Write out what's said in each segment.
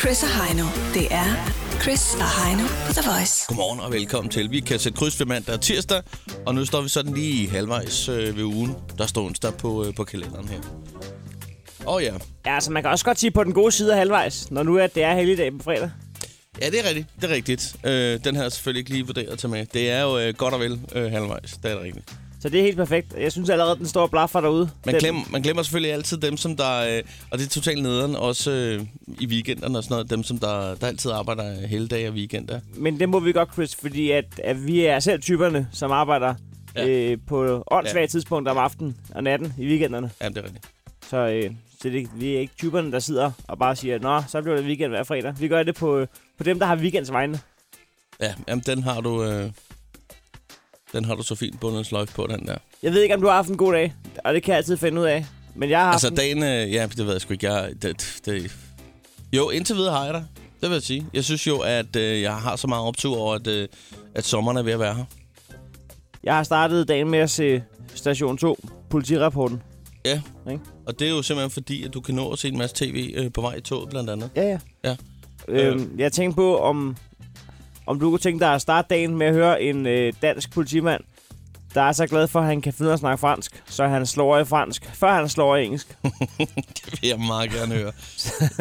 Chris og Heino. Det er Chris og Heino på The Voice. Godmorgen og velkommen til. Vi kan sætte kryds ved mandag og tirsdag, og nu står vi sådan lige halvvejs øh, ved ugen. Der står onsdag på, øh, på kalenderen her. Åh oh, ja. Ja, altså man kan også godt sige på den gode side af halvvejs, når nu er det er helligdag på fredag. ja, det er rigtigt. Det er rigtigt. Øh, den har jeg selvfølgelig ikke lige vurderet til med. Det er jo øh, godt og vel øh, halvvejs. Det er det rigtigt. Så det er helt perfekt. Jeg synes allerede, den står og blaffer derude. Man, den, glemmer, man glemmer selvfølgelig altid dem, som der... Øh, og det er totalt nederen, også øh, i weekenderne og sådan noget. Dem, som der, der altid arbejder hele dage og weekender. Men det må vi godt, Chris, fordi at, at vi er selv typerne, som arbejder Ja. ja. øh, på åndssvage ja. tidspunkter om aftenen og natten i weekenderne. Jamen, det er rigtigt. Så, øh, så det, vi er ikke typerne, der sidder og bare siger, Nå, så bliver det weekend hver fredag. Vi gør det på, øh, på dem, der har weekends vegne. Ja, jamen, den har du... Øh, den har du så fint bundet en sløjf på, den der. Jeg ved ikke, om du har haft en god dag, og det kan jeg altid finde ud af. Men jeg har haft Altså en- dagen, øh, ja, det ved jeg sgu ikke. Jeg, det, det, jo, indtil videre har jeg dig. Det vil jeg sige. Jeg synes jo, at øh, jeg har så meget optur over, at, øh, at sommeren er ved at være her. Jeg har startet dagen med at se Station 2, politirapporten. Ja. Ikke? Og det er jo simpelthen fordi, at du kan nå at se en masse tv øh, på vej i toget, blandt andet. Ja, ja. Ja. Øh. Øhm, jeg tænkte på, om, om du kunne tænke dig at starte dagen med at høre en øh, dansk politimand, der er så glad for, at han kan finde ud af at snakke fransk, så han slår i fransk, før han slår i engelsk. Det vil jeg meget gerne høre.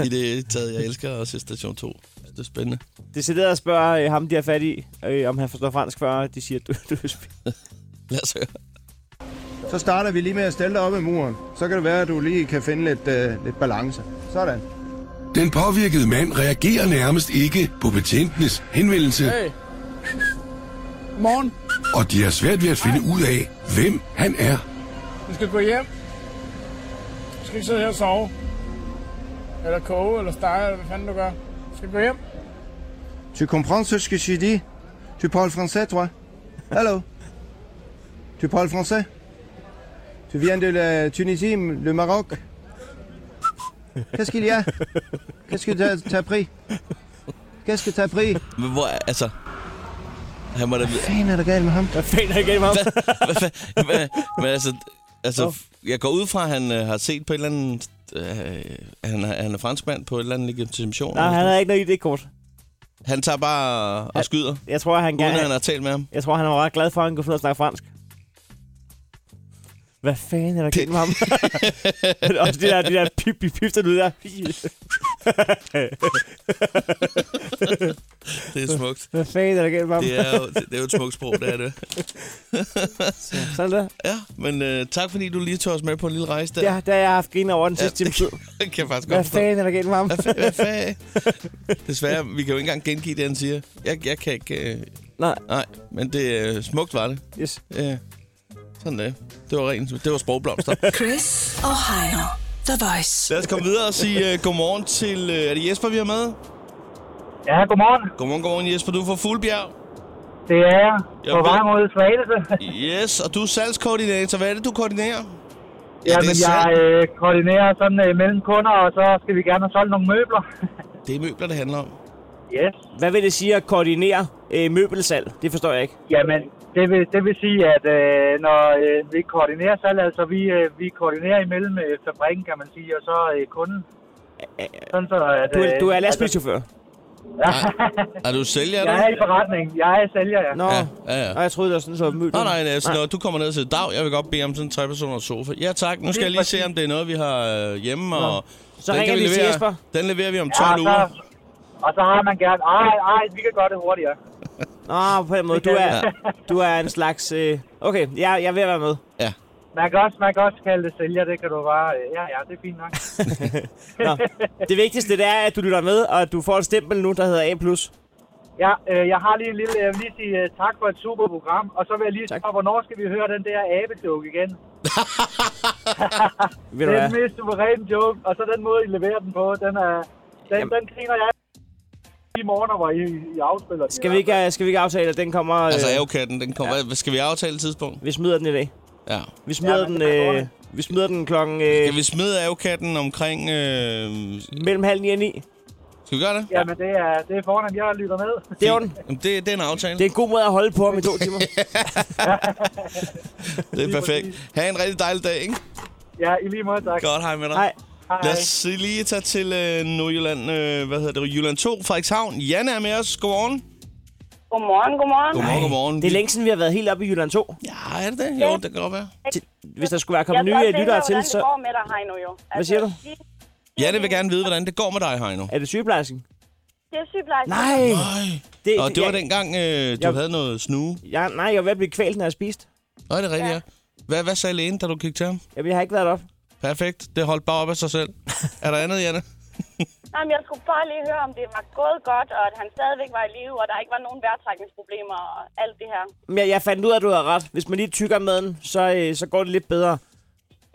I det hele taget, jeg elsker at se Station 2. Det er spændende. Decideret at spørge øh, ham, de har fat i, øh, om han forstår fransk, før de siger, du, du er sp- Lad os høre. Så starter vi lige med at stille dig op ad muren. Så kan det være, at du lige kan finde lidt, øh, lidt balance. Sådan. Den påvirkede mand reagerer nærmest ikke på betjentenes henvendelse. Hey. Morgen. Og de har svært ved at finde ud af, hvem han er. Vi skal gå hjem. Vi skal ikke sidde her og sove. Eller koge, eller stege, eller hvad fanden du gør. Vi skal gå hjem. Tu comprends ce que je dis? Tu parles français, toi? Hallo? Tu parles français? Tu viens de la Tunisie, le Maroc? Qu'est-ce qu'il y a? Qu'est-ce que t'as, t'as pris? Qu'est-ce que t'as pris? Men hvor, er- altså... Han må da vide... Fanden er der galt med ham? Hvad fanden er igennem ham? men, men altså... altså Nå. f- jeg går ud fra, at han øh, har set på et eller andet... Øh, han, er- han er franskmand på et eller andet legitimation. Nej, eller han har ikke noget ID-kort. Han tager bare og skyder, uden Jeg tror, han at gerne... han har talt med ham. Jeg tror, han var ret glad for, at han kunne finde ud af at snakke fransk. Hvad fanden er der galt med ham? Men også det der, det der pip, pip, pip, der lyder der. Det er smukt. Hvad fanden er der galt med ham? Det er jo, det er jo et smukt sprog, det er det. Sådan der. Ja, men øh, tak fordi du lige tog os med på en lille rejse der. Ja, der har jeg haft griner over den Ja, sidste time det tid. kan jeg faktisk Hvad godt forstå. fanden er der galt med ham? Hvad fa- Hvad fa- Desværre, vi kan jo ikke engang gengive det, han siger. Jeg, jeg kan ikke... Øh, Nej, nej, men det øh, smukt var det. yes. Ja. Sådan det. Det var rent. Det var sprogblomster. Chris og Heino. The Voice. Lad os komme videre og sige øh, godmorgen til... Øh, er det Jesper, vi har med? Ja, godmorgen. Godmorgen, godmorgen Jesper. Du er fra Fuglebjerg. Det er jeg. Jeg På ved- vej mod Slagelse. Yes, og du er salgskoordinator. Hvad er det, du koordinerer? Ja, det men er jeg salg. øh, koordinerer sådan øh, mellem kunder, og så skal vi gerne have solgt nogle møbler. Det er møbler, det handler om. yes. Hvad vil det sige at koordinere øh, møbelsalg? Det forstår jeg ikke. Jamen, det vil, det vil sige, at øh, når øh, vi koordinerer salg, altså vi, øh, vi koordinerer imellem øh, fabrikken, kan man sige, og så øh, kunden. Sådan så, at, Du, er- øh, du er altså, lastbilchauffør. Er du sælger, er Jeg du? er i forretning. Jeg er sælger, ja. Nå, Ja, ja, ja. Nå, jeg troede, det var sådan, så møbel. Nej, nej, altså, når du kommer ned til dag, jeg vil godt bede om sådan en trepersoners sofa. Ja, tak. Nu skal jeg lige se, om det er noget, vi har øh, hjemme. Og Så den ringer kan vi jeg lige til levere, Jesper. Den leverer vi om 12 Ja, og, så, uger. og så har man gerne, ej, ej, vi kan gøre det hurtigere. Nå, på den måde. Du er, du er en slags... Øh, okay, jeg, jeg vil være med. Ja. Man kan også, man kan også kalde det sælger, det kan du bare, øh, ja, ja, det er fint nok. Det vigtigste det er, at du lytter med, og at du får et stempel nu, der hedder A+. Ja, øh, jeg har lige en lille, jeg vil lige sige øh, tak for et super program, og så vil jeg lige Tak. spørge, hvornår skal vi høre den der abejoke igen? Det Ved du er hvad? den mest suveræne joke, og så den måde, I leverer den på, den er, den, Jamen. den griner jeg i morgen, hvor I, I afspiller den. Skal vi ikke, øh, skal vi ikke aftale, at den kommer... Øh, Altså, avokatten, den kommer. Hvad, skal vi aftale et tidspunkt? vi smider den i dag. Ja. Vi smider Ja, den... men det er Øh, vi smider den klokken... Øh, Skal vi smide avokatten omkring... Øh, mellem halv ni og ni. skal vi gøre det? Jamen, det er, det er fornemt, jeg lytter med. Det er orden. Jamen, det, det er en aftale. Det er en god måde at holde på om i to timer. Det er perfekt. Ha' en rigtig dejlig dag, ikke? Ja, i lige måde, tak. Godt, hej med dig. Nej. Lad os lige tage til øh, Nordjylland, øh, hvad hedder det, Jylland 2, Frederikshavn. Janne er med os. Godmorgen. Godmorgen, godmorgen. Godmorgen, godmorgen. Det er længe siden, vi har været helt oppe i Jylland 2. Ja, er det det? Jo, det kan godt være. Til- Hvis der skulle være Jeg kommet skal nye også se, lyttere til, hvordan så... det går med dig, Heino, jo. Altså, siger du? de- Janne vil gerne vide, hvordan det går med dig, Heino. Er det sygeplejersken? Det er sygeplejersken. Nej! Ej. Det, Og det var jeg, dengang, øh, du Jeg- havde noget snue. Jeg, nej, jeg var ved at blive kvalt, når jeg spiste. Nå, er det rigtigt, ja. Hvad, hvad sagde lægen, da du kiggede til ham? Jamen, jeg har ikke været op. Perfekt. Det holdt bare op af sig selv. er der andet, Janne? Nej, men jeg skulle bare lige høre, om det var gået godt, og at han stadigvæk var i live, og der ikke var nogen vejrtrækningsproblemer og alt det her. Men jeg, jeg fandt ud af, at du havde ret. Hvis man lige tykker maden, så, øh, så går det lidt bedre.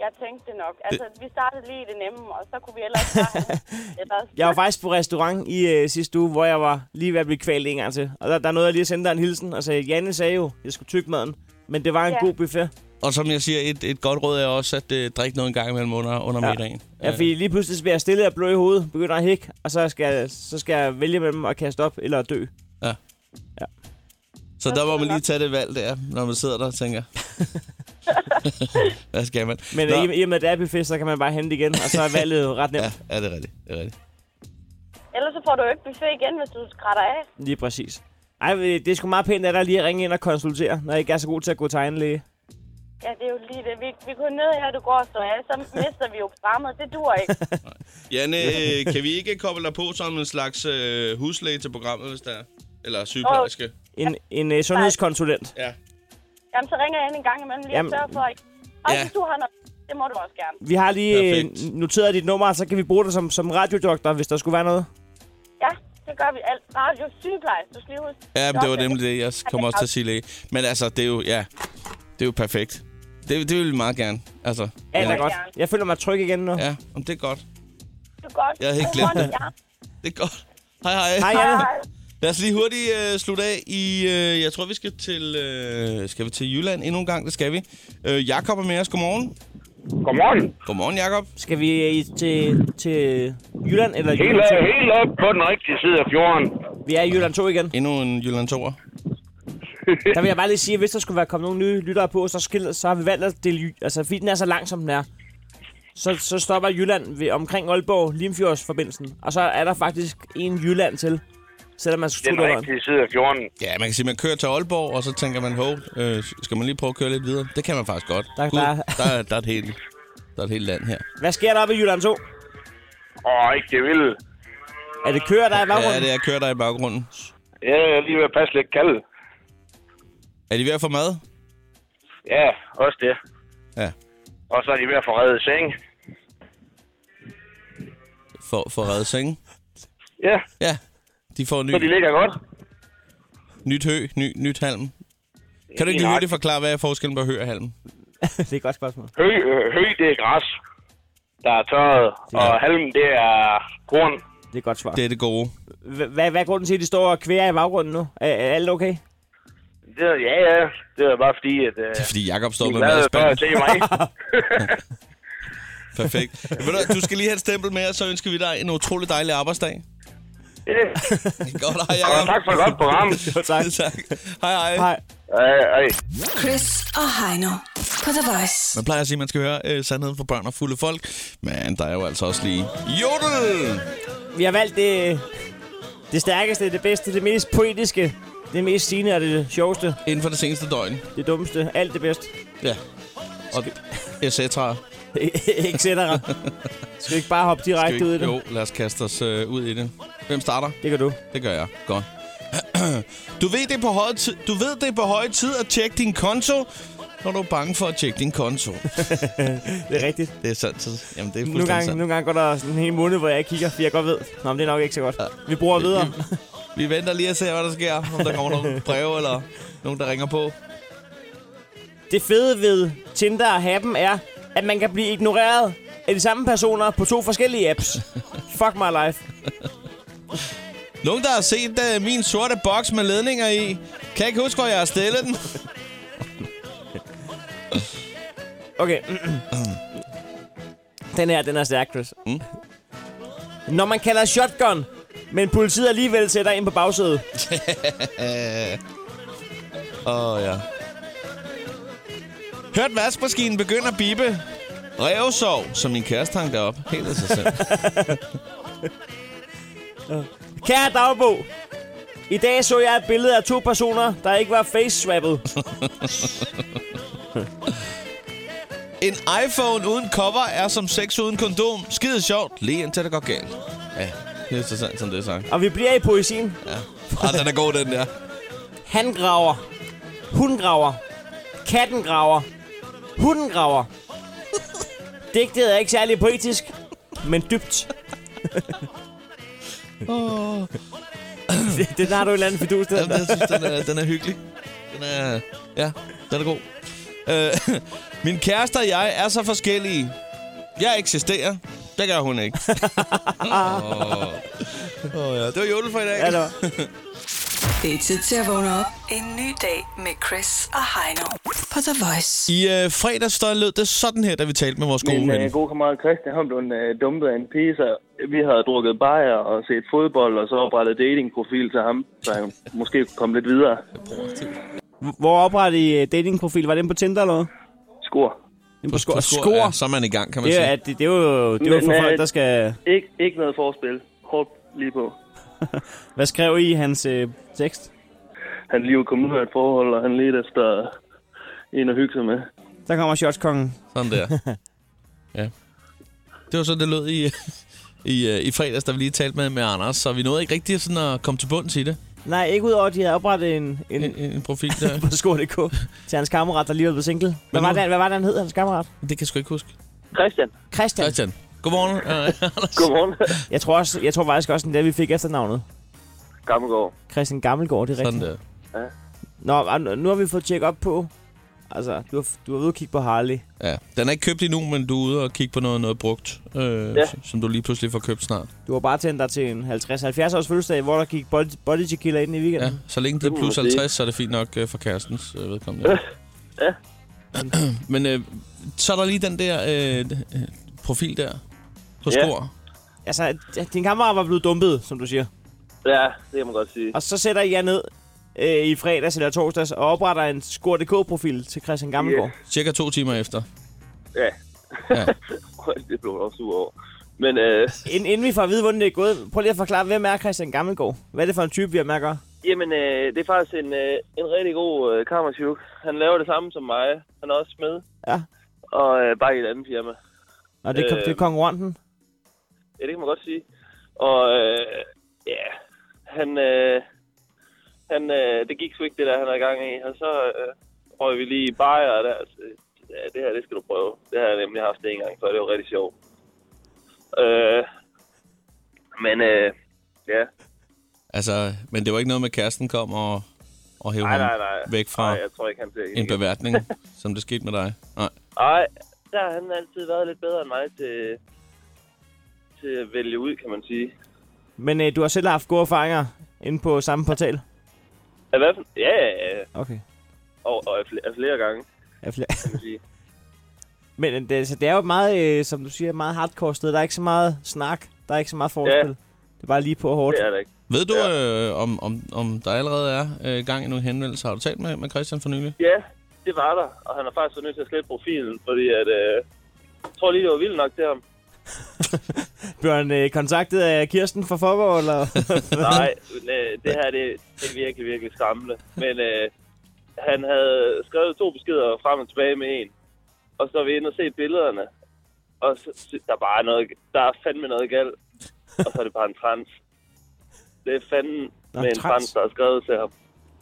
Jeg tænkte det nok. Altså, vi startede lige i det nemme, og så kunne vi ellers bare... ellers. Jeg var faktisk på restaurant i øh, sidste uge, hvor jeg var lige ved at blive kvalt en gang til. Og der, der nåede jeg lige at sende dig en hilsen og sagde, Janne sagde jo, jeg skulle tykke maden. Men det var en Ja. god buffet. Og som jeg siger, et, et godt råd er også at øh, drikke noget en gang imellem under, under Ja. middagen. Øh, Ja, fordi lige pludselig så bliver jeg stille og blå i hovedet, begynder at hække, og så skal, jeg, så skal jeg vælge mellem at kaste op eller at dø. Så der må man lige tage det valg der, når man sidder der og tænker... Hvad skal man? Men øh, Nå, i, i og med, at det er buffet, så kan man bare hente igen, og så er valget jo ret nemt. Ja, Ja. ja, det er rigtigt. Det er rigtigt. Ellers så får du jo ikke buffet igen, hvis du skrætter af. Lige præcis. Ej, øh, det er sgu meget pænt af dig lige at ringe ind og konsultere, når jeg ikke er så god til at gå til egen læge. Ja, det er jo lige det. Vi, vi kunne ned her, du går og står af, så mister vi jo programmet. Det dur ikke. Janne, øh, kan vi ikke koble dig på som en slags øh, huslæge til programmet, hvis der er? Eller sygeplejerske? En, en øh, sundhedskonsulent. Ja. Jamen, så ringer jeg ind en gang imellem lige Jamen- og sørger for, ikke? Og Ja. hvis du har noget, det må du også gerne. Vi har lige øh, Perfekt. noteret dit nummer, så kan vi bruge det som, som radiodoktor, hvis der skulle være noget. Ja, det gør vi alt. Radio sygeplejerske, du skal lige huske. Ja, men det var nemlig det, jeg kom også til at sige læge. Men altså, det er jo, ja, det er jo perfekt. Det, det vil vi meget gerne. Altså, Alt er Ja. godt. Jeg føler mig tryg igen nu. Ja. ja, om det er godt. Du er godt. Jeg havde helt glemt det. Det er godt. Hej, hej. Hej, Janne. Hej. Lad os lige hurtigt øh, slutte af i, øh, jeg tror, vi skal til, øh, skal vi til Jylland endnu en gang? Det skal vi. Øh, Jakob er med os. Godmorgen. Godmorgen. Godmorgen, Jakob. Skal vi øh, i- til, til Jylland eller Helt, Jylland øh, helt op på den rigtige side af fjorden. 2? Vi er i Jylland 2 igen. Endnu en Jylland 2'er. Der vil jeg bare lige sige, at hvis der skulle være kommet nogle nye lyttere på, så, skil, så har vi valgt at dele... Jy- Altså, fordi den er så lang, som den er, så, så stopper Jylland ved, omkring Aalborg, Limfjordsforbindelsen. Og så er der faktisk en Jylland til, selvom man skulle Den tro, det var en. rigtige side af fjorden. Ja, man kan sige, man kører til Aalborg, og så tænker man, hov, øh, skal man lige prøve at køre lidt videre? Det kan man faktisk godt. Der- Gud, der- der, er- der, er et helt, der er et helt land her. Hvad sker der oppe i Jylland 2? Åh, ikke det vilde. Er det køer, der er i baggrunden? Ja, det er kører der i baggrunden. Ja, jeg er lige ved at passe lidt kald. Er de ved at få mad? Ja, også det. Ja. Og så er de ved at få reddet seng. For, for at redde sengen? Ja, Ja. De får ny, så de ligger godt. nyt hø, ny, nyt halm. Kan du ikke lige hurtigt forklare, hvad er forskellen på hø og halm? det er et godt spørgsmål. Hø, øh, hø, det er græs, der er tørret. Og halm, det er korn. Det er et godt svar. Det er det gode. Hva- Hvad hvad er grunden til, at de står og kværer i baggrunden nu? Er, er alt okay? Det er, ja, ja. Det er bare fordi, at... Øh, Det er fordi, Jakob står de er med mad i glade for at spanden. se mig. Perfekt. Ved du, hvad, du skal lige have et stempel med, og så ønsker vi dig en utrolig dejlig arbejdsdag. Ja. Godt, hej Og Jacob. tak for et godt program. Jo, tak. tak. Hej, hej. Hej. Ej, ej. Chris og Heino på The Voice. Man plejer at sige, at man skal høre øh, sandheden for børn og fulde folk. Men der er jo altså også lige jodel. Vi har valgt det, det stærkeste, det bedste, det mest poetiske, det mest sigende og det sjoveste, Inden for det seneste døgn. det dummeste, alt det bedste, Ja. Og et cetera. etc. Skal vi ikke bare hoppe Skal direkte vi ud i ikke- det? Jo, lad os kaste os øh, ud i det. Hvem starter? Det kan du. Det gør jeg. Godt. Du ved, det er på høje tid, du ved, det er på høje tid at tjekke din konto, når du er bange for at tjekke din konto. Det er rigtigt. Det er sandt. så- Jamen, det er Nogle fuldstændig gange, sandt. nogle gange går der sådan en hel måned, hvor jeg ikke kigger, fordi jeg godt ved, Nå, men det er nok ikke så godt. Vi bruger videre. Vi venter lige og ser, hvad der sker. Om der kommer nogle breve, eller nogen, der ringer på. Det fede ved Tinder og Happen er, at man kan blive ignoreret af de samme personer på to forskellige apps. Fuck my life. Nogen, der har set uh, min sorte boks med ledninger i. Kan ikke huske, hvor jeg har stillet den. Okay. den her, den er stærk, Chris. Mm. Når man kalder shotgun, men politiet alligevel sætter ind på bagsædet. Åh, oh, ja. Hørt vaskemaskinen begynde at bippe. Revsov, som min kæreste hang derop. Helt af sig selv. Kære dagbog, i dag så jeg et billede af to personer, der ikke var face-swappet. En iPhone uden cover er som sex uden kondom. Skide sjovt, lige indtil det går galt. Ja, det er så sandt, som det er sagt. Og vi bliver i poesien. Ja. Ah, den er god, den der. Han graver. Hun graver. Katten graver. Hunden graver. Digtet er ikke særlig poetisk, men dybt. det, den har du et eller andet fidus til. Jamen, jeg synes, den er, den er hyggelig. Den er, ja, den er god. Øh, min kæreste og jeg er så forskellige. Jeg eksisterer. Det gør hun ikke. Åh, oh. oh, ja. Det var jodel for i dag. Ja, det var. Det er tid til at vågne op. En ny dag med Chris og Heino på The Voice. I øh, fredags der lød det sådan her, da vi talte med vores gode Min ven. øh, gode kammerat Christian, han blev øh, dumpet af en pige, så vi havde drukket bajer og set fodbold, og så oprettet datingprofil til ham, så han måske kunne komme lidt videre. Hvor oprettede I øh, datingprofil? Var den på Tinder eller noget? Skur. Den på, Skor. På Skor. Ja, så er man i gang, kan man Det sige. er, at det, det er jo, det er jo Men, for øh, folk, der skal... Ikke, ikke noget forspil. Hårdt lige på. Hvad skrev I i hans øh, tekst? Han lige var kommet ud af et forhold, og han lidt efter en at hygge sig med. Der kommer shotskongen. Sådan der. ja. Det var sådan, det lød i, i, øh, i fredags, da vi lige talte med, med Anders. Så vi nåede ikke rigtig sådan at komme til bunds i det. Nej, ikke udover, at de havde oprettet en, en, En, en profil der. på skor.dk til hans kammerat, der lige var blevet single. Hvad nu- var, det, hvad var det, han hed, hans kammerat? det kan jeg sgu ikke huske. Christian. Christian. Christian. Godmorgen, øh, Anders. Godmorgen. Jeg tror, også, jeg tror faktisk også, at vi fik efternavnet. Gammelgaard. Christian Gammelgaard, det er Sådan rigtigt. der. Nå, og nu- nu har vi fået tjekket op på... Altså, du har, du har været ude og kigge på Harley. Ja. Den er ikke købt endnu, men du er ude og kigge på noget, noget brugt, øh, ja. Ja. som du lige pludselig får købt snart. Du var bare tændt dig til en 50-70 års fødselsdag, hvor der gik body, body tequila ind i Ja. weekenden. Så længe det må er plus man sige. 50, så er det fint nok øh, for kærestens øh, vedkommende. Ja. men øh, så er der lige den der øh, øh, profil der på Ja. skor. Ja. Altså, din kammerat var blevet dumpet, som du siger. Ja, det kan man godt sige. Og så sætter jeg ned øh, i fredags eller torsdags og opretter en Skor.dk-profil til Christian Gammelgaard. Cirka to timer efter. Ja. Ja. det blev jeg også sur over. Men øh, Ind, inden vi får at vide, hvordan det er gået, prøv lige at forklare, hvem er Christian Gammelgaard? Hvad er det for en type, vi har med at gøre? jamen, øh, det er faktisk en, øh, en rigtig god øh, kammerchuk. Han laver det samme som mig. Han er også smed. Ja. Og øh, bare i et andet firma. Og det, øh, Øh, det er konkurrenten. Ja, det kan man godt sige. Og øh, ja, han, øh, han, øh, det gik sgu ikke, det der, han havde gang i. Og så øh, røg vi lige i bajer der. Så, ja, det her, det skal du prøve. Det har jeg nemlig haft en gang, så det var rigtig sjovt. Øh, men øh, ja, Altså, men det var ikke noget med, at kæresten kom og, og hævde nej, nej, ham nej. væk fra nej, jeg tror ikke, han ser en beværtning, som det skete med dig. Nej. Nej, der har han altid været lidt bedre end mig til, til at vælge ud, kan man sige. Men øh, du har selv haft gode erfaringer inde på samme portal. Ja, Hvad for, ja, ja, ja, Okay. og, og af flere, af flere gange, Ja, fl- kan man sige. Men øh, det, altså, det er jo et meget, øh, som du siger, et meget hardcore sted. Der er ikke så meget snak. Der er ikke så meget forspil. Ja. Det er bare lige på og hårdt. Det er der ikke. Ved du, øh, om, om, om der allerede er øh, gang i nogle henvendelser? Har du talt med, med Christian for nylig? Ja, det var der, og han har faktisk været nødt til at slette profilen, fordi at, øh, jeg tror lige, det var vildt nok til ham. Bliver han øh, kontaktet af Kirsten fra Forborg, eller? Nej, øh, det her det, det er virkelig, virkelig skræmmende. Men øh, han havde skrevet to beskeder frem og tilbage med en, og så er vi inde og se billederne, og så, så, der, er bare noget, der er fandme noget galt, og så er det bare en trans. Det er fanden Nå, med en trans. trans, der har skrevet til ham.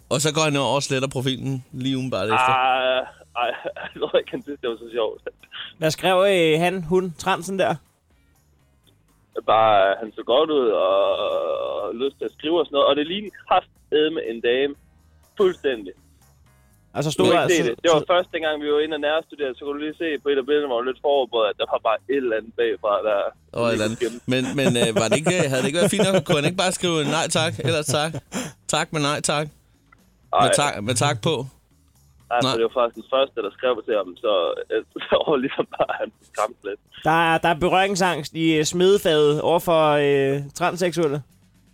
Og så går han over og sletter profilen lige umiddelbart efter. Ah, ej, jeg tror ikke, han synes, det var så sjovt. Hvad skrev øh, han, hun, transen der? bare, øh, han så godt ud og, og, og lyst til at skrive og sådan noget. Og det lignede kraftedme en dame. Fuldstændig. Og så Du Altså, stod kunne der... ikke se så- det. Det var så- først, dengang vi var inde og nærstuderede, så kunne du lige se på et af billederne, hvor lidt forberedt, at der var bare et eller andet bagfra, der... ligesom Og et eller andet. Men, men øh, var det ikke, øh, havde det ikke været fint nok? Kunne han ikke bare skrive nej tak, ellers tak? Tak, men nej tak. Med, Ej, tak, med tak på. altså, nej. det var faktisk den første, der skrev til ham, så, øh, så var ligesom bare han skræmt lidt. Der er, der er berøringsangst i øh, smedefaget over for øh, transseksuelle.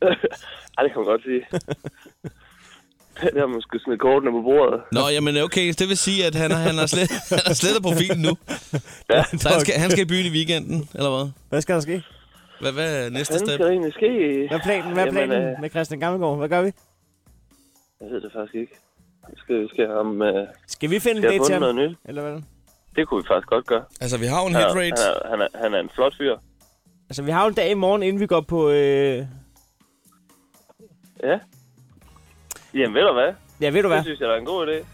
Ej, det kan man godt sige. Det har man skulle smide kortene på bordet. Nå, jamen okay, det vil sige, at han har, han har, slet, han har slettet profilen nu. Ja. Så han skal, han skal i byen i weekenden, eller hvad? Hvad skal der ske? Hvad, hvad er næste Hvad step? skal der egentlig ske? Hvad er planen, hvad er Jamen, planen øh, med Christian Gammelgaard? Hvad gør vi? Jeg ved det faktisk ikke. Vi skal, skal, ham, øh, Skal vi finde skal have en date til fundet noget ham? nyt. Eller hvad? Det kunne vi faktisk godt gøre. Altså, vi har jo en Han er, hit han, rate. er, han, er, han er en flot fyr. Altså, vi har jo en dag i morgen, inden vi går på... Øh... Ja. Jamen, ved du hvad? Ja, ved du hvad? Det synes jeg, der er en god idé.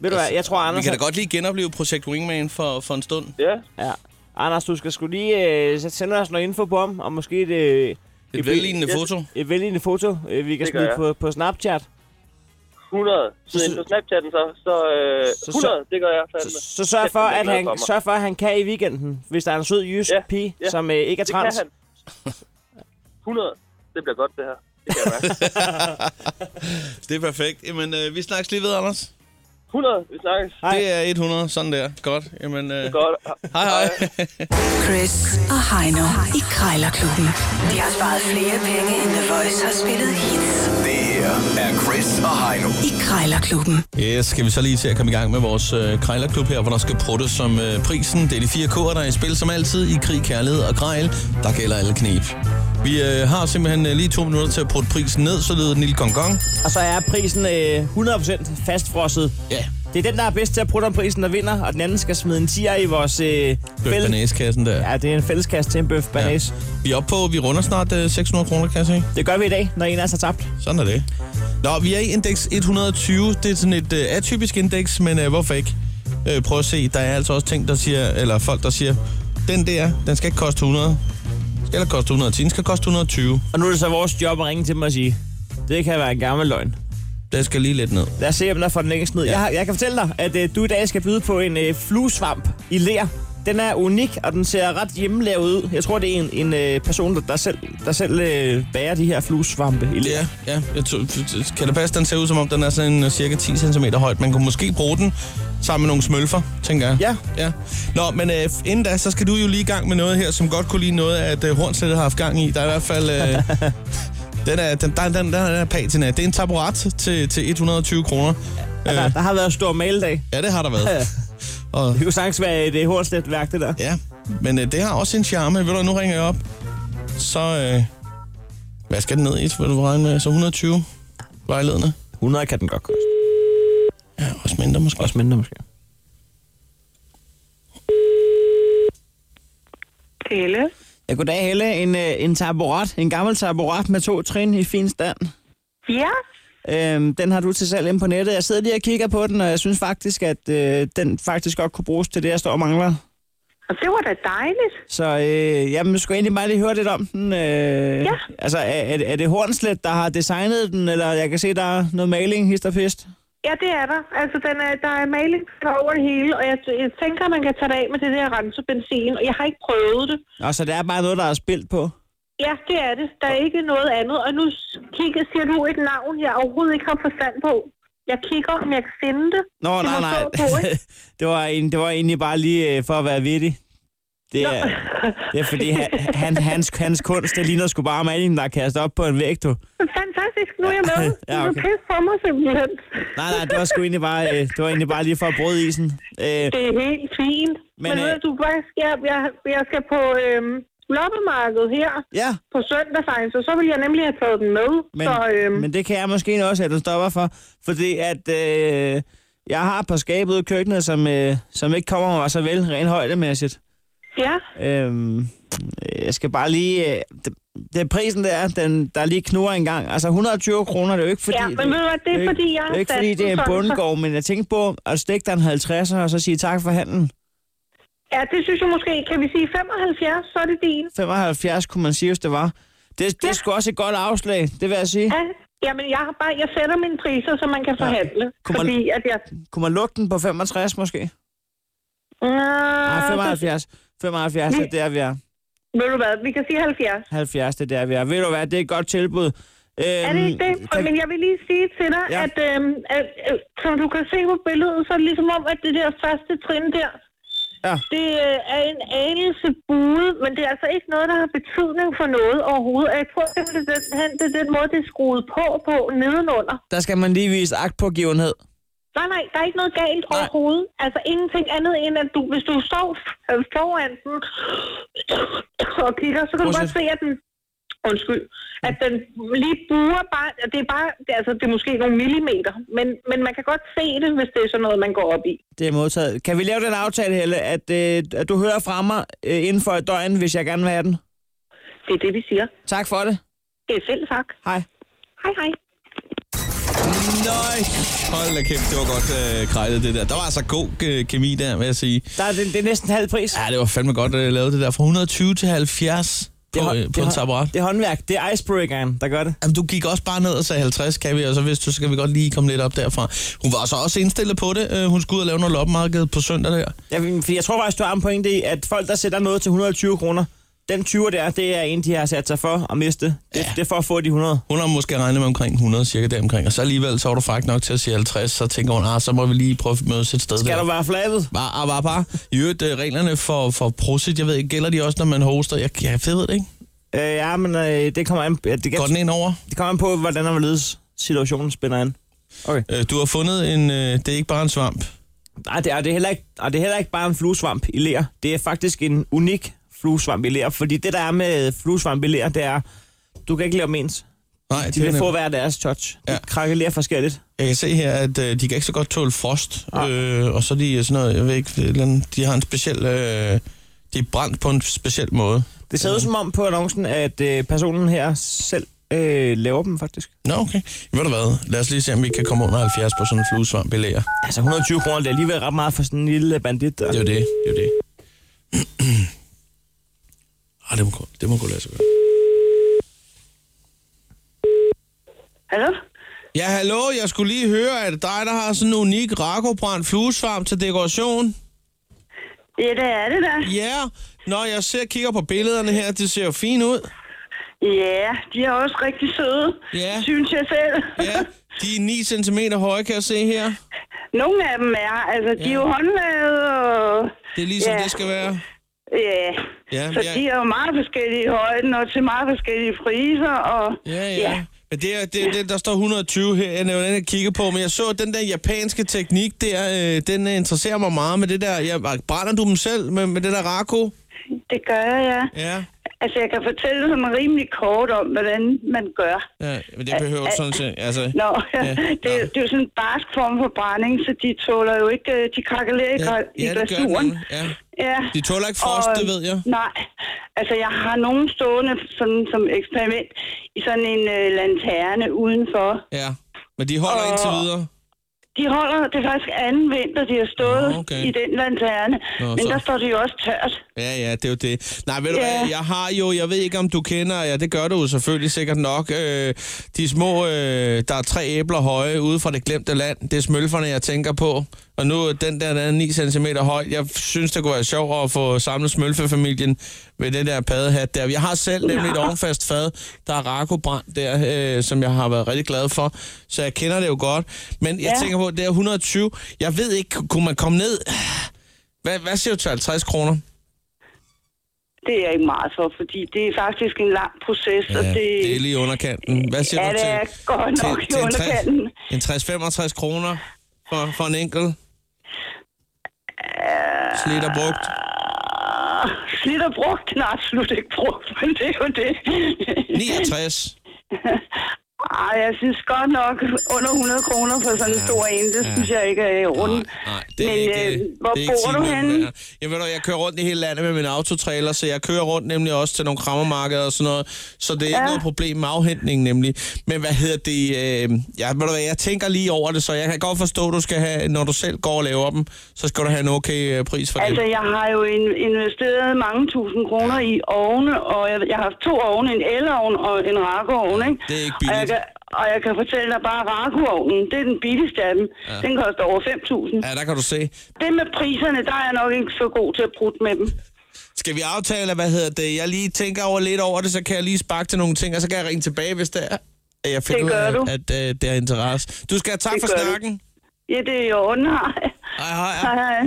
Ved du hvad? Jeg tror, Altså, Vi Anders... kan da godt lige genopleve Projekt Wingman for, for en stund. Ja, Ja. Anders, du skal sgu lige øh, så sende os noget info på ham, og måske et, øh, Et vellignende foto. et velligende foto, øh, vi kan Det gør smide jeg. på, på Snapchat. 100. Så- Så ind på Snapchatten, så, så, øh, Så- 100, det gør jeg Så, fandme. så sørg, Kæft, for, han er at glad han, for mig. sørg for, at han kan i weekenden, hvis der er en sød jysk Ja, pige, ja. som øh, ikke er Det kan trans. han. 100. Det bliver godt, det her. Det kan jeg mærke. Det er perfekt. Jamen, øh, vi snakkes lige ved, Anders. 100, vi snakkes. Hej. Det er 100. Sådan der. Godt. Jamen, øh, Godt. hej hej. Chris og Heino i Krejlerklubben. De har sparet flere penge, end The Voice har spillet hits Det her er Chris og Heino. i Krejlerklubben. Yes, skal vi så lige til at komme i gang med vores øh, krejlerklub her, hvor der skal pruttes som øh, prisen. Det er de fire K'er, der er i spil som altid i krig, kærlighed og krejl. Der gælder alle knep. Vi øh, har simpelthen øh, lige to minutter til at prutte prisen ned, så lyder den lille gong gong. Og så er prisen øh, 100% fastfrosset. Ja, Det er den, der er bedst til at prutte om prisen, der vinder, og den anden skal smide en tier i vores... Øh, fæl- bøfbanæskassen der. Ja, det er en fælleskasse til en bøf banæs. Ja. Vi er oppe på, vi runder snart øh, 600 kroner, kan jeg se. Det gør vi i dag, når en af os har tabt. Sådan er det. Nå, vi er i indeks 120. Det er sådan et øh, atypisk indeks, men øh, hvorfor ikke? Øh, prøv at se, der er altså også ting, der siger, eller folk, der siger, den der, den skal ikke koste 100. Skal ikke koste 110, den skal koste 120. Og nu er det så vores job at ringe til dem og sige, det kan være en gammel løgn. Den skal lige lidt ned. Lad os se, hvem der får den længst ned. Ja. Jeg, har- jeg kan fortælle dig, at øh, du i dag skal byde på en øh, fluesvamp i lær. Den er unik, og den ser ret hjemmelavet ud. Jeg tror, det er en, en øh, person, der, der selv, der selv øh, bærer de her fluesvampe i lær. Ja, ja. Jeg tror, kan det passe, den ser ud som om, den er sådan øh, cirka 10 cm højt. Man kunne måske bruge den sammen med nogle smølfer, tænker jeg. Ja. ja. Nå, men øh, inden da, så skal du jo lige i gang med noget her, som godt kunne lide noget, at øh, Hornslet har haft gang i. Der er i hvert fald... Øh, den er, den, der, er- den, der, er- den er patina. Det er en taburet til, til 120 kroner. Ja. Der, der har været stor maledag. Ja, det har der været. Og, Det kunne sagtens være et øh, hornsletværk, det der. ja, men øh, det har også en charme. Ved du, nu ringer jeg op. Så, øh, hvad skal den ned i, vil du regne med? Så 120 vejledende. 100 kan den godt koste. Ja, også mindre måske. Også mindre måske. Pelle? Ja, goddag Helle. En, øh, en taburet, en gammel taburet med to trin i fin stand. Ja? Øhm, den har du til salg inde på nettet. Jeg sidder lige og kigger på den, og jeg synes faktisk, at øh, den faktisk godt kunne bruges til det, jeg står og mangler. Og det var da dejligt. Så øh, jamen, jeg skulle egentlig bare lige høre lidt om den. Øh, Ja. Altså, er, er, det- er det Hornslet, der har designet den, eller jeg kan se, der er noget maling, hist og pist? Ja, det er der. Altså, den er, der er maling over det hele, og jeg, jeg tænker, man kan tage det af med det der rensebenzin, og jeg har ikke prøvet det. Og så det er bare noget, der er spildt på. Ja, det er det. Der er ikke noget andet. Og nu s- kigger, siger du et navn, jeg overhovedet ikke har forstand på. Jeg kigger, om jeg kan finde det. Nå, Det nej, må nej. stå på, ikke? det, var en, det var egentlig bare lige øh, for at være vittig. Det er, det er fordi, han, han, hans, hans kunst, det ligner sgu bare maling, der er kastet op på en væg, du. Fantastisk, nu er jeg med. Ja, ja, okay. Du okay. er pisse for mig simpelthen. Nej, nej, det var sgu egentlig bare, øh, det var egentlig bare lige for at bryde isen. Øh, Det er helt fint. Men, Men, Men ved øh, du hvad, jeg, jeg, jeg skal på øhm, loppemarkedet her ja, på søndag faktisk, og så vil jeg nemlig have taget den med. men, så øhm, men det kan jeg måske også, at du stopper for, fordi at øh, jeg har et par skabe ude i køkkenet, som, øh, som ikke kommer mig så vel, rent højdemæssigt. ja, Øhm, jeg skal bare lige... Øh, det, det er prisen der, den, der lige knurrer en gang. Altså 120 kroner, det er jo ikke fordi... ja, men ved du hvad, det er ikke- fordi, jeg det er ikke fordi, det er en bundgård, men jeg tænkte på at stikke dig en 50'er og så sige tak for handlen. Ja, det synes jeg måske, kan vi sige 75, så er det din. 75 kunne man sige, hvis det var. Det, det er sgu også et godt afslag, det vil jeg sige. Ja, jamen jeg, har bare, jeg sætter mine priser, så man kan forhandle. Kunne man- Fordi at jeg... Kunne man lukke den på 65 måske? Nej, Ah. Nej, 75. 75, Ah, det er der, vi er. Ved du hvad, vi kan sige 70. 70, det er der, vi er. Ved du hvad, det er et godt tilbud. Øhm, Er det ikke det? Kan... Men jeg vil lige sige til dig, Ja. ja. at, øhm, at øh, som du kan se på billedet, så er det ligesom om, at det der første trin der, Ja. Det øh, er en anelse buet, men det er altså ikke noget, der har betydning for noget overhovedet. Og Jeg tror simpelthen, det er den, det er den måde, det er skruet på på nedenunder. Der skal man lige vise agtpågivenhed. Nej, nej, der er ikke noget galt nej. overhovedet. Altså ingenting andet end, at du, hvis du står øh, foran den og kigger, så kan du godt se, at den Undskyld. At den lige buer bare, og det er bare, det er, altså, det er måske nogle millimeter, men, men man kan godt se det, hvis det er sådan noget, man går op i. Det er modtaget. Kan vi lave den aftale, Helle, at, øh, at du hører fra mig øh, inden for et døgn, hvis jeg gerne vil have den? Det er det, vi siger. Tak for det. Det er selv tak. Hej. Hej, hej. Nej! Hold da kæft, det var godt øh, krejlet, det der. Der var altså god øh, kemi der, vil jeg sige. Der er, det, det er næsten halv pris. Ja, det var fandme godt øh, lavet, det der. Fra 120 til 70 på, Det er hå- øh, det på er en hå- taburet. Det er håndværk. Det er icebreakeren, der gør det. Jamen, du gik også bare ned og sagde 50, kan vi, og så hvis du, så kan vi godt lige komme lidt op derfra. Hun var så også indstillet på det. Øh, Hun skulle ud og lave noget loppemarked på søndag der. Ja, men, fordi jeg tror faktisk, du har en pointe i, at folk, der sætter noget til 120 kroner, den 20 der, det er en, de har sat sig for at miste. Det, ja. det er for at få de 100. Hun har måske regnet med omkring 100, cirka deromkring. Og så alligevel, så var du faktisk nok til at sige 50, så tænker hun, ah, så må vi lige prøve at mødes et sted Skal der. du være flabet? Bare, ah, bare, bare. I øvrigt, øh, reglerne for, for prosit, jeg ved ikke, gælder de også, når man hoster? Jeg, jeg ved det ikke. Øh, ja, men øh, det kommer an... ja, Det, Går den ind over? Det kommer an på, hvordan og hvorledes situationen spænder an. Okay. Øh, du har fundet en... Øh, det er ikke bare en svamp. Nej, det er, det, er heller ikke, og det er heller ikke bare en fluesvamp i lær. Det er faktisk en unik fluesvamp i lær, fordi det, der er med fluesvamp i lær, det er, du kan ikke lave dem ens. Nej, De vil få hver deres touch. Ja. De krakelerer forskelligt. Jeg kan se her, at øh, de kan ikke så godt tåle frost, øh, og så er de sådan noget, jeg ved ikke, et eller andet, de har en speciel, øh, de er brændt på en speciel måde. Øh, Det ser ud som om på annoncen, at øh, personen her selv øh, laver dem faktisk. Nå, okay. Ved du hvad, lad os lige se, om vi kan komme under 70 på sådan en fluesvamp i lager. Altså 120 kroner, det er alligevel ret meget for sådan en lille bandit. altså. Der. Det er jo det, det er jo det. Ah, det må, gå- det må gå lade sig gøre. Hallo? Ja, hallo, jeg skulle lige høre, at dig, der har sådan en unik rakobrand fluesvamp til dekoration. Ja, det er det der. Ja, når jeg ser kigger på billederne her, det ser jo fint ud. Ja, de er også rigtig søde, Ja. synes jeg selv. Ja, de er 9 cm høje, kan jeg se her. Nogle af dem er, altså, de er jo håndlavede og... Det er ligesom det skal være. Øh, Ja, Ja, så ja. de er jo meget forskellige i højden og til meget forskellige priser, og... Ja, ja. ja. Men det er, det, er- det, der står 120 her, jeg nævner, jeg kigger på, men jeg så at den der japanske teknik der, øh, den øh, interesserer mig meget med det der, ja, brænder du dem selv med, med det der rako? Det gør jeg, ja. Ja, Altså, jeg kan fortælle sådan rimelig kort om, hvordan man gør. ja men det behøver Al- sådan set, altså... Nå, ja, det, er- det er jo sådan en barsk form for brænding, så de tåler jo ikke, øh, de krakelerer i, gra- i ja, det gør de glasuren. nemlig, ja. Ja. De tåler ikke frost, det ved jeg. Nej, altså jeg har nogen stående sådan, som eksperiment i sådan en øh, lanterne udenfor. Ja, men de holder Og- indtil videre. De holder, det er faktisk anden vinter, de har stået Nå, okay. i den lanterne, Nå, men så- der står de jo også tørt. Ja, ja, det er jo det. Nej, ved du Ja. hvad, jeg har jo, jeg ved ikke om du kender, ja, det gør du jo selvfølgelig sikkert nok, øh, de små, øh, der er tre æbler høje ude fra det glemte land, det er smølferne, jeg tænker på, og nu er den der, der er 9 cm høj, jeg synes, det kunne være sjovt at få samlet smølfefamilien med den der paddehat der. Jeg har selv nemlig et ovenfast fad, der er rakobrand der, øh, som jeg har været rigtig glad for, så jeg kender det jo godt, men jeg Ja. tænker på, det er 120, jeg ved ikke, kunne man komme ned... Hvad, hvad siger du til 50 kroner? Det er jeg ikke meget for, fordi det er faktisk en lang proces, og Ja, det, det er lige i underkanten. Hvad siger Ja, du det til, er godt nok i en tres- underkanten. en 60-65 kroner for, for en enkelt? Øh, Slidt og brugt. Ah, slidt og brugt, den er absolut ikke brugt, men det er jo det. 69. Ej, jeg synes godt nok under 100 kroner for sådan en stor en, det synes jeg ikke er rundt. Nej, det er Men, ikke, øh, hvor det er ikke bor sin du løn henne? værd. Jamen, ved du, jeg kører rundt i hele landet med min autotrailer, så jeg kører rundt nemlig også til nogle krammermarkeder og sådan noget, så det er ja. ikke noget problem med afhentning nemlig. Men hvad hedder det? Øh, ja, ved du hvad, jeg tænker lige over det, så jeg kan godt forstå, at du skal have, når du selv går og laver dem, så skal du have en okay øh, pris for det. Altså, jeg har jo in- investeret mange tusind kroner i ovne, og jeg, jeg har haft to ovne, en elovn og en rakoovn, ikke? Det er ikke Og jeg, billigt. kan, og jeg kan fortælle dig bare, rakoovnen, det er den billigste af dem. Ja. Ja. Den koster over 5.000. Ja, der kan du se. Det med priserne, der er jeg nok ikke så god til at prutte med dem. Skal vi aftale, at, hvad hedder det? Jeg lige tænker over lidt over det, så kan jeg lige sparke til nogle ting, og så kan jeg ringe tilbage, hvis det er. at Jeg finder Det gør ud du. af, at, at det er interesse. Du skal have tak Det for gør du. snakken. Ja, det er i orden, hej. Hej, hej. hej.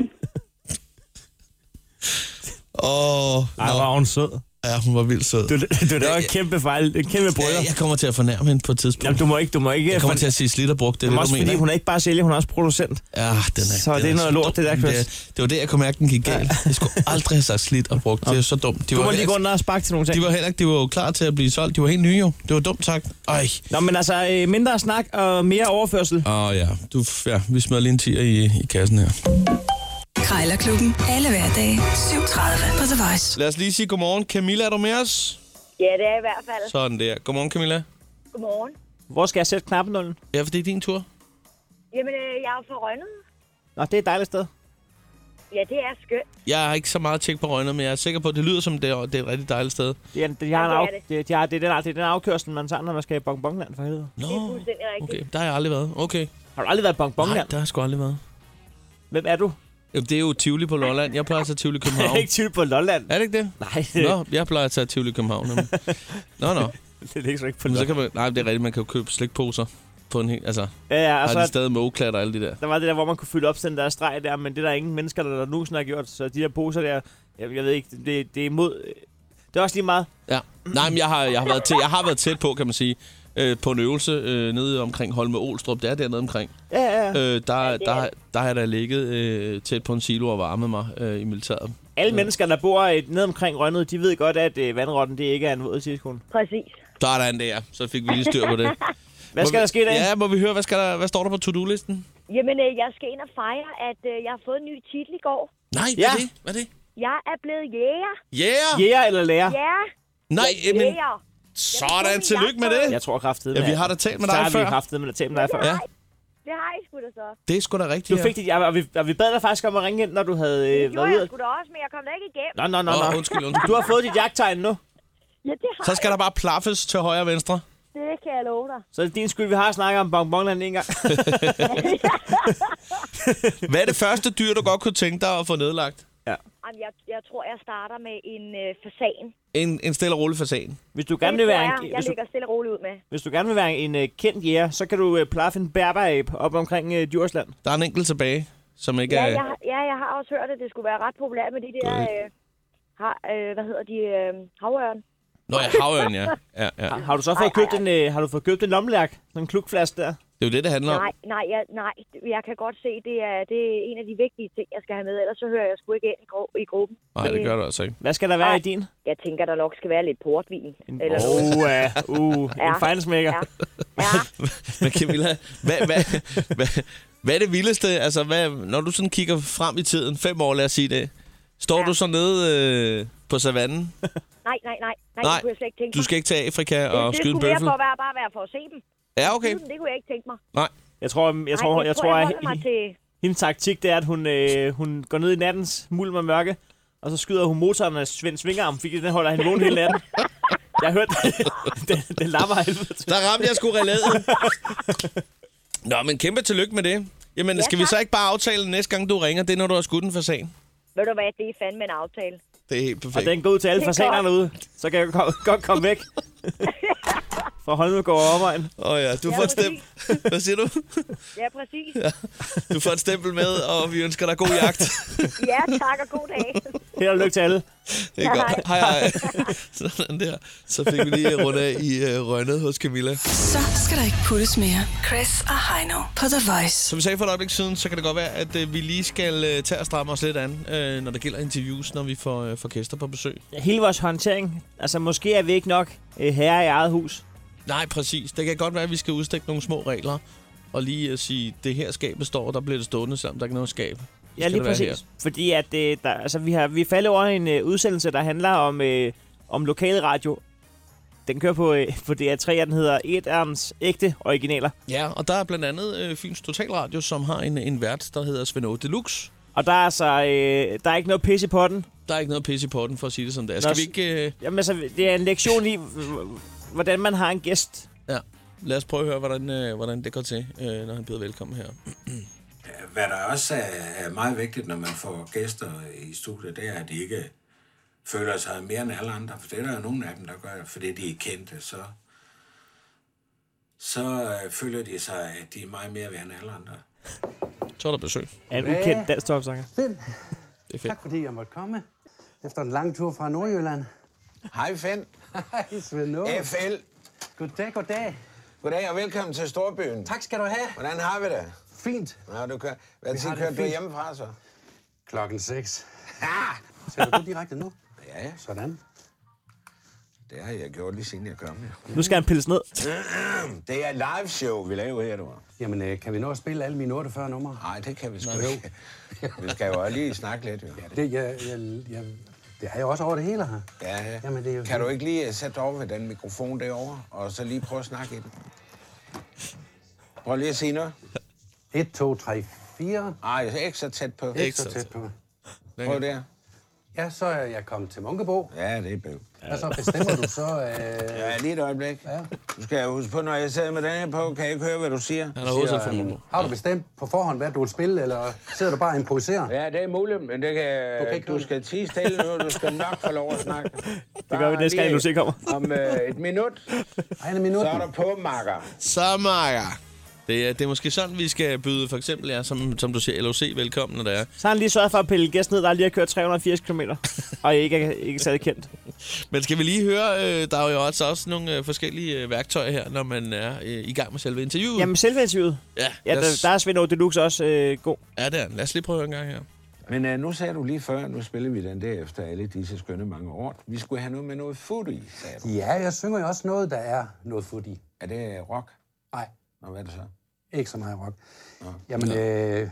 Åh, oh, Ej, var hun sød. Ja, hun var vildt sød. Du, du, du var en kæmpe fejl, en kæmpe brødre. Jeg kommer til at fornærme hende på et tidspunkt. Jamen, du må ikke, du må ikke... Jeg kommer for- til at sige slidt og brugt, det er Jamen, det, du også mener. fordi ikke? hun er ikke bare sælger, hun er også producent. Ja, den er, Så den det er noget så lort, det der, dum, Chris. Det, det var der, jeg kunne mærke, den gik galt. Jeg skulle aldrig have sagt slidt og brugt. Det er så dumt. De Du må lige heller- gå under og sparke til nogle ting. De var heller ikke, de var jo klar til at blive solgt. De var helt nye jo. Det var dumt sagt. Ej. Nå, men altså, øh, mindre snak og mere overførsel. Åh oh, ja. Du, ja, vi smed lige en tier i, i kassen her. Krejlerklubben. Alle hverdage 7.30 på The Voice. Lad os lige sige godmorgen. Camilla, er du med os? Ja, det er i hvert fald. Så. Sådan der. Godmorgen, Camilla. Godmorgen. Hvor skal jeg sætte knappen? Ja, for det er din tur. Jamen, øh, jeg er jo fra Rønne. Nå, det er et dejligt sted. Ja, det er skønt. Jeg har ikke så meget tjek på Rønne, men jeg er sikker på, at det lyder som, det er, det er et rigtig dejligt sted. Ja, de har Ja, en det er af, det. de, de har, det, er den, af- det er den afkørsel, man tager, når man skal i Bonbonland for helvede. Nå, Det er fuldstændig rigtigt. okay. Der har jeg aldrig været. Okay. Har du aldrig været i Nej, Bonbonland? der har jeg sgu aldrig været. Hvem er du? Jamen, det er jo Tivoli på Lolland. Jeg plejer altså at tage Tivoli i Jeg er København. ikke typen på Lolland. er det ikke det? Nej, det, Nå, jeg plejer at tage Tivoli i København. nemlig. Nå, nå. det ligger sgu ikke på Men så Lolland. kan man, nej, det er rigtigt. Man kan jo købe slikposer på en hel... Altså, Ja, ja, og altså, har de så stadig mågeklatter og alle de der. der var det der, hvor man kunne fylde op sådan der streg der, men det er der ingen mennesker, der, der nu sådan har gjort. Så de der poser der, jeg, jeg ved ikke, det, det er imod... øh, Det er også lige meget. Ja. Nej, men jeg har, jeg, har været tæt, jeg har været tæt på, kan man sige, øh, på en øvelse øh, nede omkring Holme Olstrup. Det er dernede omkring. Ja, ja, ja. Øh, der, Ja, det er der, der har jeg da ligget øh, tæt på en silo og varmet mig øh, i militæret. Alle mennesker, der bor øh, nede omkring Rønnet, de ved godt, at øh, vandrotten det ikke er en våd tidskone. Præcis. Der er der en der. Så fik vi lige styr på det. Hvad skal der ske i dag? Ja, må vi høre, hvad, skal der, hvad står der på to-do-listen? Jamen, øh, jeg skal ind og fejre, at øh, jeg har fået en ny titel i går. Nej, hvad Ja. er det? Hvad er det? Jeg er blevet jæger. Yeah! Jæger eller lærer? Ja, Nej, jæger. men sådan, tillykke med det. Jeg tror kraftedeme. Ja, vi har da talt med så dig har før. vi kraftedeme da talt med dig før. Ja, Det har I sgu da så. det er sgu da rigtigt. Du fik dit, ja, og, vi, og vi bad dig faktisk om at ringe ind, når du havde Det øh, været gjorde jeg ude. sgu da også, men jeg kom da ikke igennem. Nå, nå, nå, Åh, nå. undskyld, undskyld. Du har fået dit jagttegn nu. Ja, det har Så skal der bare plaffes til højre og venstre. jeg. Det kan jeg love dig. Så det er din skyld, vi har snakket om bonbonland en gang. Hvad er det første dyr, du godt kunne tænke dig at få nedlagt? Jamen, jeg, jeg tror, jeg starter med en øh, fasan. En, en stille og rolig fasan. Hvis du gerne det vil være tror jeg, en, jeg hvis du, ligger stille og roligt ud med. hvis du gerne vil være en øh, kendt jæger, så kan du øh, plaffe en berberabe op omkring øh, Djursland. Der er en enkelt tilbage, som ikke øh, Ja, er... jeg, har- ja, jeg har også hørt, at det skulle være ret populært med de der... Øh, har, øh, hvad hedder de? Øh, havørn. Nå ja, havørn, ja. ja, ja. Har, har du så fået købt en øh, har du fået købt en lommelærk, sådan en klukflaske der? Det er jo det, det handler om. Nej, nej, jeg, nej, jeg kan godt se, det er, det er en af de vigtige ting, jeg skal have med, ellers så hører jeg sgu ikke ind i, gru- i gruppen. Nej, det gør det altså ikke. Hvad skal der være Nej. i din? Jeg tænker, der nok skal være lidt portvin. Eller Åh, noget. oh, uh, uh, Ja. en fejlsmækker. Ja. Ja, Men Camilla, hvad, hvad, hvad, hvad er det vildeste? Altså, hvad, når du sådan kigger frem i tiden, fem år lad os sige det, står ja. du så nede øh, på savannen? nej, nej, nej, nej, Nej, det kunne jeg slet ikke tænke Du skal ikke til Afrika mig. og det, det skyde en skulle mere bøffel? for at være, bare være for at se dem. Ja, okay. Skyde dem, Det kunne jeg ikke tænke mig. Nej. Jeg tror, jeg Nej, tror, jeg tror, jeg at holder mig til... hendes taktik det er, at hun, øh, hun går ned i nattens mulm og mørke, og så skyder hun motoren af Svend Svingarm, fordi den holder hende vågen hele natten. Jeg hørte, den, den lapper af helvede til. Der ramte jeg sgu relæet. Nå, men kæmpe tillykke med det. Jamen, ja, Ja, skal vi tak. så ikke bare aftale næste gang, du ringer, det er, når du har skudt en fasan? Ved du hvad, det er fandme en aftale. Det er helt Og perfekt. den går ud til alle Det er fasaner godt. derude. Så kan jeg godt, godt komme væk. Fra Holmegård og omegn. Åh oh, ja, du Ja, får et stempel. Hvad siger du? Ja, præcis. Du får et stempel med, og vi ønsker dig god jagt. Ja, tak og god dag. Held og lykke til alle. Det er godt. Hej, hej. Sådan der. Så fik vi lige rundt af i øh, Rønne hos Camilla. Så skal der ikke puttes mere. Chris og Heino på The Voice. Som vi sagde for et øjeblik siden, så kan det godt være, at øh, vi lige skal øh, tage og stramme os lidt an, øh, når det gælder interviews, når vi får, øh, får gæster på besøg. Hele vores håndtering. Altså, måske er vi ikke nok øh, herre i eget hus. Nej, præcis. Det kan godt være, at vi skal udstikke nogle små regler, og lige øh, sige, det her skab består, og der bliver det stående, selvom der ikke er noget skab. Ja, det lige være præcis. Fordi at, øh, der, altså, vi, har, vi er faldet over en øh, udsendelse, der handler om, øh, om lokal radio. Den kører på, øh, på DR3, og den hedder Et Arms Ægte Originaler. Ja, og der er blandt andet øh, Fyns Totalradio, som har en, en vært, der hedder Svend Deluxe. Og der er altså øh, der er ikke noget pisse på den. Der er ikke noget pisse i porten, for at sige det som det er. Nå, Skal vi s- ikke... Øh, Jamen, altså, det er en lektion i, h- hvordan man har en gæst. ja, lad os prøve at høre, hvordan, øh, hvordan det går til, øh, når han byder velkommen her. Hvad der også er, er meget vigtigt, når man får gæster i studiet, det er, at de ikke føler sig mere end alle andre. For det er der jo nogle af dem, der gør, fordi de er kendte, så, så øh, føler de sig, at de er meget mere værd end alle andre. Så er der besøg. Af en ukendt dansk topsanger. Finn, Det er fedt. tak fordi jeg måtte komme. Efter en lang tur fra Nordjylland. Hej, Finn. Hej, Svend Nå. FL. Goddag, goddag. Goddag og velkommen til Storbyen. Tak skal du have. Hvordan har vi det? Fint. Nå, du kører. Hvad Vi tid har det kørte du fint. hjemmefra så? Klokken 6. Ah! Sætter du direkte nu? Ja, ja. Sådan. Det har jeg gjort lige siden jeg kom. Nu skal han pilles ned. Det er et live show, vi laver her, du. Jamen, øh, kan vi nå at spille alle mine 48 numre? Nej, det kan vi sgu Nå, jo. ikke. Vi skal jo også lige snakke lidt, jo. Det, jeg, jeg, jeg, det har jeg også over det hele her. Ja, ja. Jamen, det er jo Kan du ikke lige øh, sætte dig over ved den mikrofon derovre, og så lige prøve at snakke i den? Prøv lige at sige noget. 1, 2, 3, 4. Nej, ikke så tæt på. Ikke så tæt på. Prøv der. Ja, så er jeg kommet til Munkebo. Ja, det er bøv. Og så bestemmer du så... Øh, Ja, lige et øjeblik. Ja. Nu skal jeg huske på, når jeg sidder med den her på, kan jeg ikke høre, hvad du siger? Han øh, har du bestemt på forhånd, hvad du vil spille, eller sidder du bare og improviserer? Ja, det er muligt, men det kan, du, kan ikke du skal tige stille nu, du skal nok få lov at snakke. Det gør vi næste gang, lige Lucy kommer. Om øh, et minut, Ej, en minut, så er der på, makker. Så, Maja. Det er, det er måske sådan, vi skal byde for eksempel jer, som, som du siger, LOC velkommen, når der er. Så har han lige sørget for at pille gæsten ned, der lige har kørt 380 km, og ikke er, ikke er særlig kendt. Men skal vi lige høre, øh, der er jo altså også nogle øh, forskellige øh, værktøjer her, når man er øh, i gang med selve interviewet. Jamen, selve interviewet. Ja, ja lad der, os- der er Svend Aage Deluxe også øh, god. Ja, det er den. Lad os lige prøve en gang her. Men øh, nu sagde du lige før, nu spiller vi den der efter alle disse skønne mange år. Vi skulle have noget med noget food i, sagde du. Ja, jeg synger jo også noget, der er noget foot i. Er det øh, rock? Nej. Og hvad er det så? Ikke så meget rock. Jamen, øh,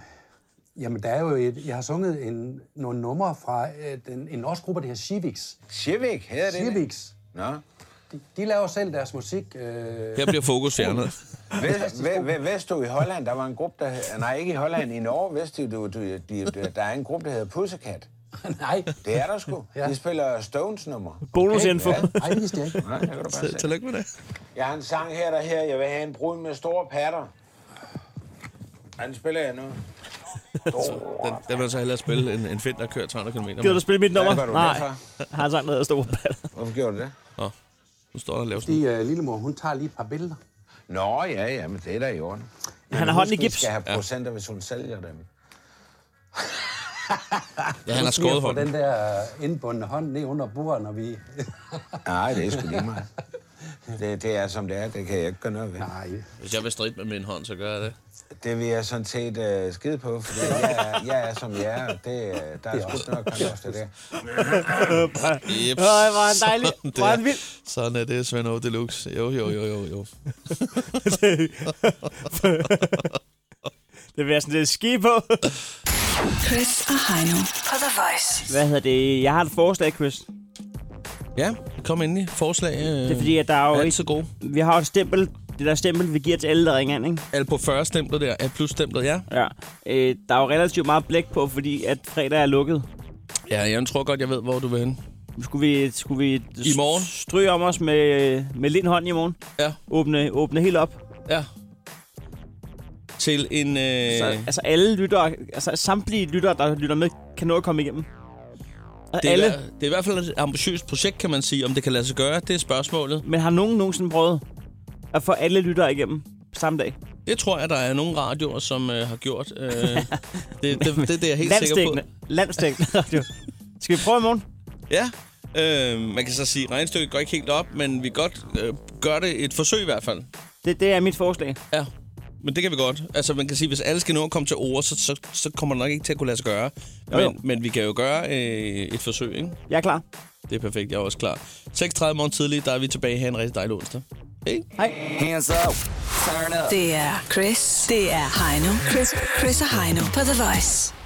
jamen der er jo et, jeg har sunget en, nogle numre fra øh, den, en norsk gruppe, der hedder Shivix. Shivik, hedder det det? Shivix. Nå. De, de laver selv deres musik. Øh, Her bliver fokus fjernet. Vest, ve, ve, Vestø i Holland, der var en gruppe, der hed- Nej, ikke i Holland, i Norge, Vestø, du, du, de, de, der er en gruppe, der hedder Pussycat. Nej. Det er der sgu. Ja. De spiller Stones nummer. Bonusinfo. Nej, det vidste jeg ikke. Nej, det kan du bare se. Tillykke med det. Jeg har en sang her, der her. Jeg vil have en brud med store patter. Ej, Den spiller jeg nu. Den, den vil jeg så hellere spille en, en find, der kører 300 km. Gider du spille mit nummer? Hvad gør du Nej. derfor? Har han sagt noget af store patter? Hvorfor gjorde du det? Nå, nu står der og laver sådan Fordi øh, lillemor, hun tager lige et par billeder. Nå, ja, ja, men det er der i orden. Men han har hånden i husk, vi gips. skal have procenter, hvis hun sælger dem. Ja, han har skåret hånden. den der øh, indbundne hånd ned under bordet, når vi... Nej, det er sgu lige meget. Det, det er, som det er. Det kan jeg ikke gøre noget ved. Nej. øh, Hvis jeg vil stride med min hånd, så gør jeg det. Det vil jeg sådan set øh, skide på, fordi jeg er, jeg er som jeg er, og det, øh, der er, sgu nok også det der. Jeps. Øj, hvor er han dejlig. Hvor er han vild. Sådan er det, Svend Aage Deluxe. Jo, jo, jo, jo, jo. Det vil jeg sådan lidt ski på. Chris og Heino på The Voice. Hvad hedder det? Jeg har et forslag, Chris. Ja, kom endelig. Forslag. Øh, Det er fordi, at der er jo altid ikke... gode. Vi har jo et stempel. Det der stempel, vi giver til alle, der ringer ind, ikke? Alt på 40-stemplet der. Alt plus-stemplet, ja. Ja. Øh, der er jo relativt meget blæk på, fordi at fredag er lukket. Ja, jeg tror godt, jeg ved, hvor du vil hen. Skulle vi, skulle vi I morgen? stryge om os med, med lind hånd i morgen? Ja. Åbne, åbne helt op. Ja. Til en... Øh, Så, altså alle lyttere, altså samtlige lyttere, der lytter med, kan nå at komme igennem. Og det, er, alle. i hver- det er i hvert fald et ambitiøst projekt, kan man sige. Om det kan lade sig gøre, det er spørgsmålet. Men har nogen nogensinde prøvet at få alle lyttere igennem på samme dag? Det tror jeg, der er nogle radioer, som øh, har gjort. Øh, det, det, det, det, er jeg helt sikker på. Landstækkende. Landstækkende radio. Skal vi prøve i morgen? Ja. Øh, man kan så sige, at regnstykket går ikke helt op, men vi kan godt øh, gøre det et forsøg i hvert fald. Det, det er mit forslag. Ja. Men det kan vi godt. Altså, man kan sige, at hvis alle skal nå at komme til ord, så, så, så kommer det nok ikke til at kunne lade sig gøre. Jo, jo. Men, men vi kan jo gøre øh, et forsøg, ikke? Jeg er klar. Det er perfekt. Jeg er også klar. 6.30 morgen tidlig, der er vi tilbage. Ha' en rigtig dejlig onsdag. Hej. Hands up. Turn up. Det er Chris. Det er Heino. Chris, Chris og Heino på The Voice.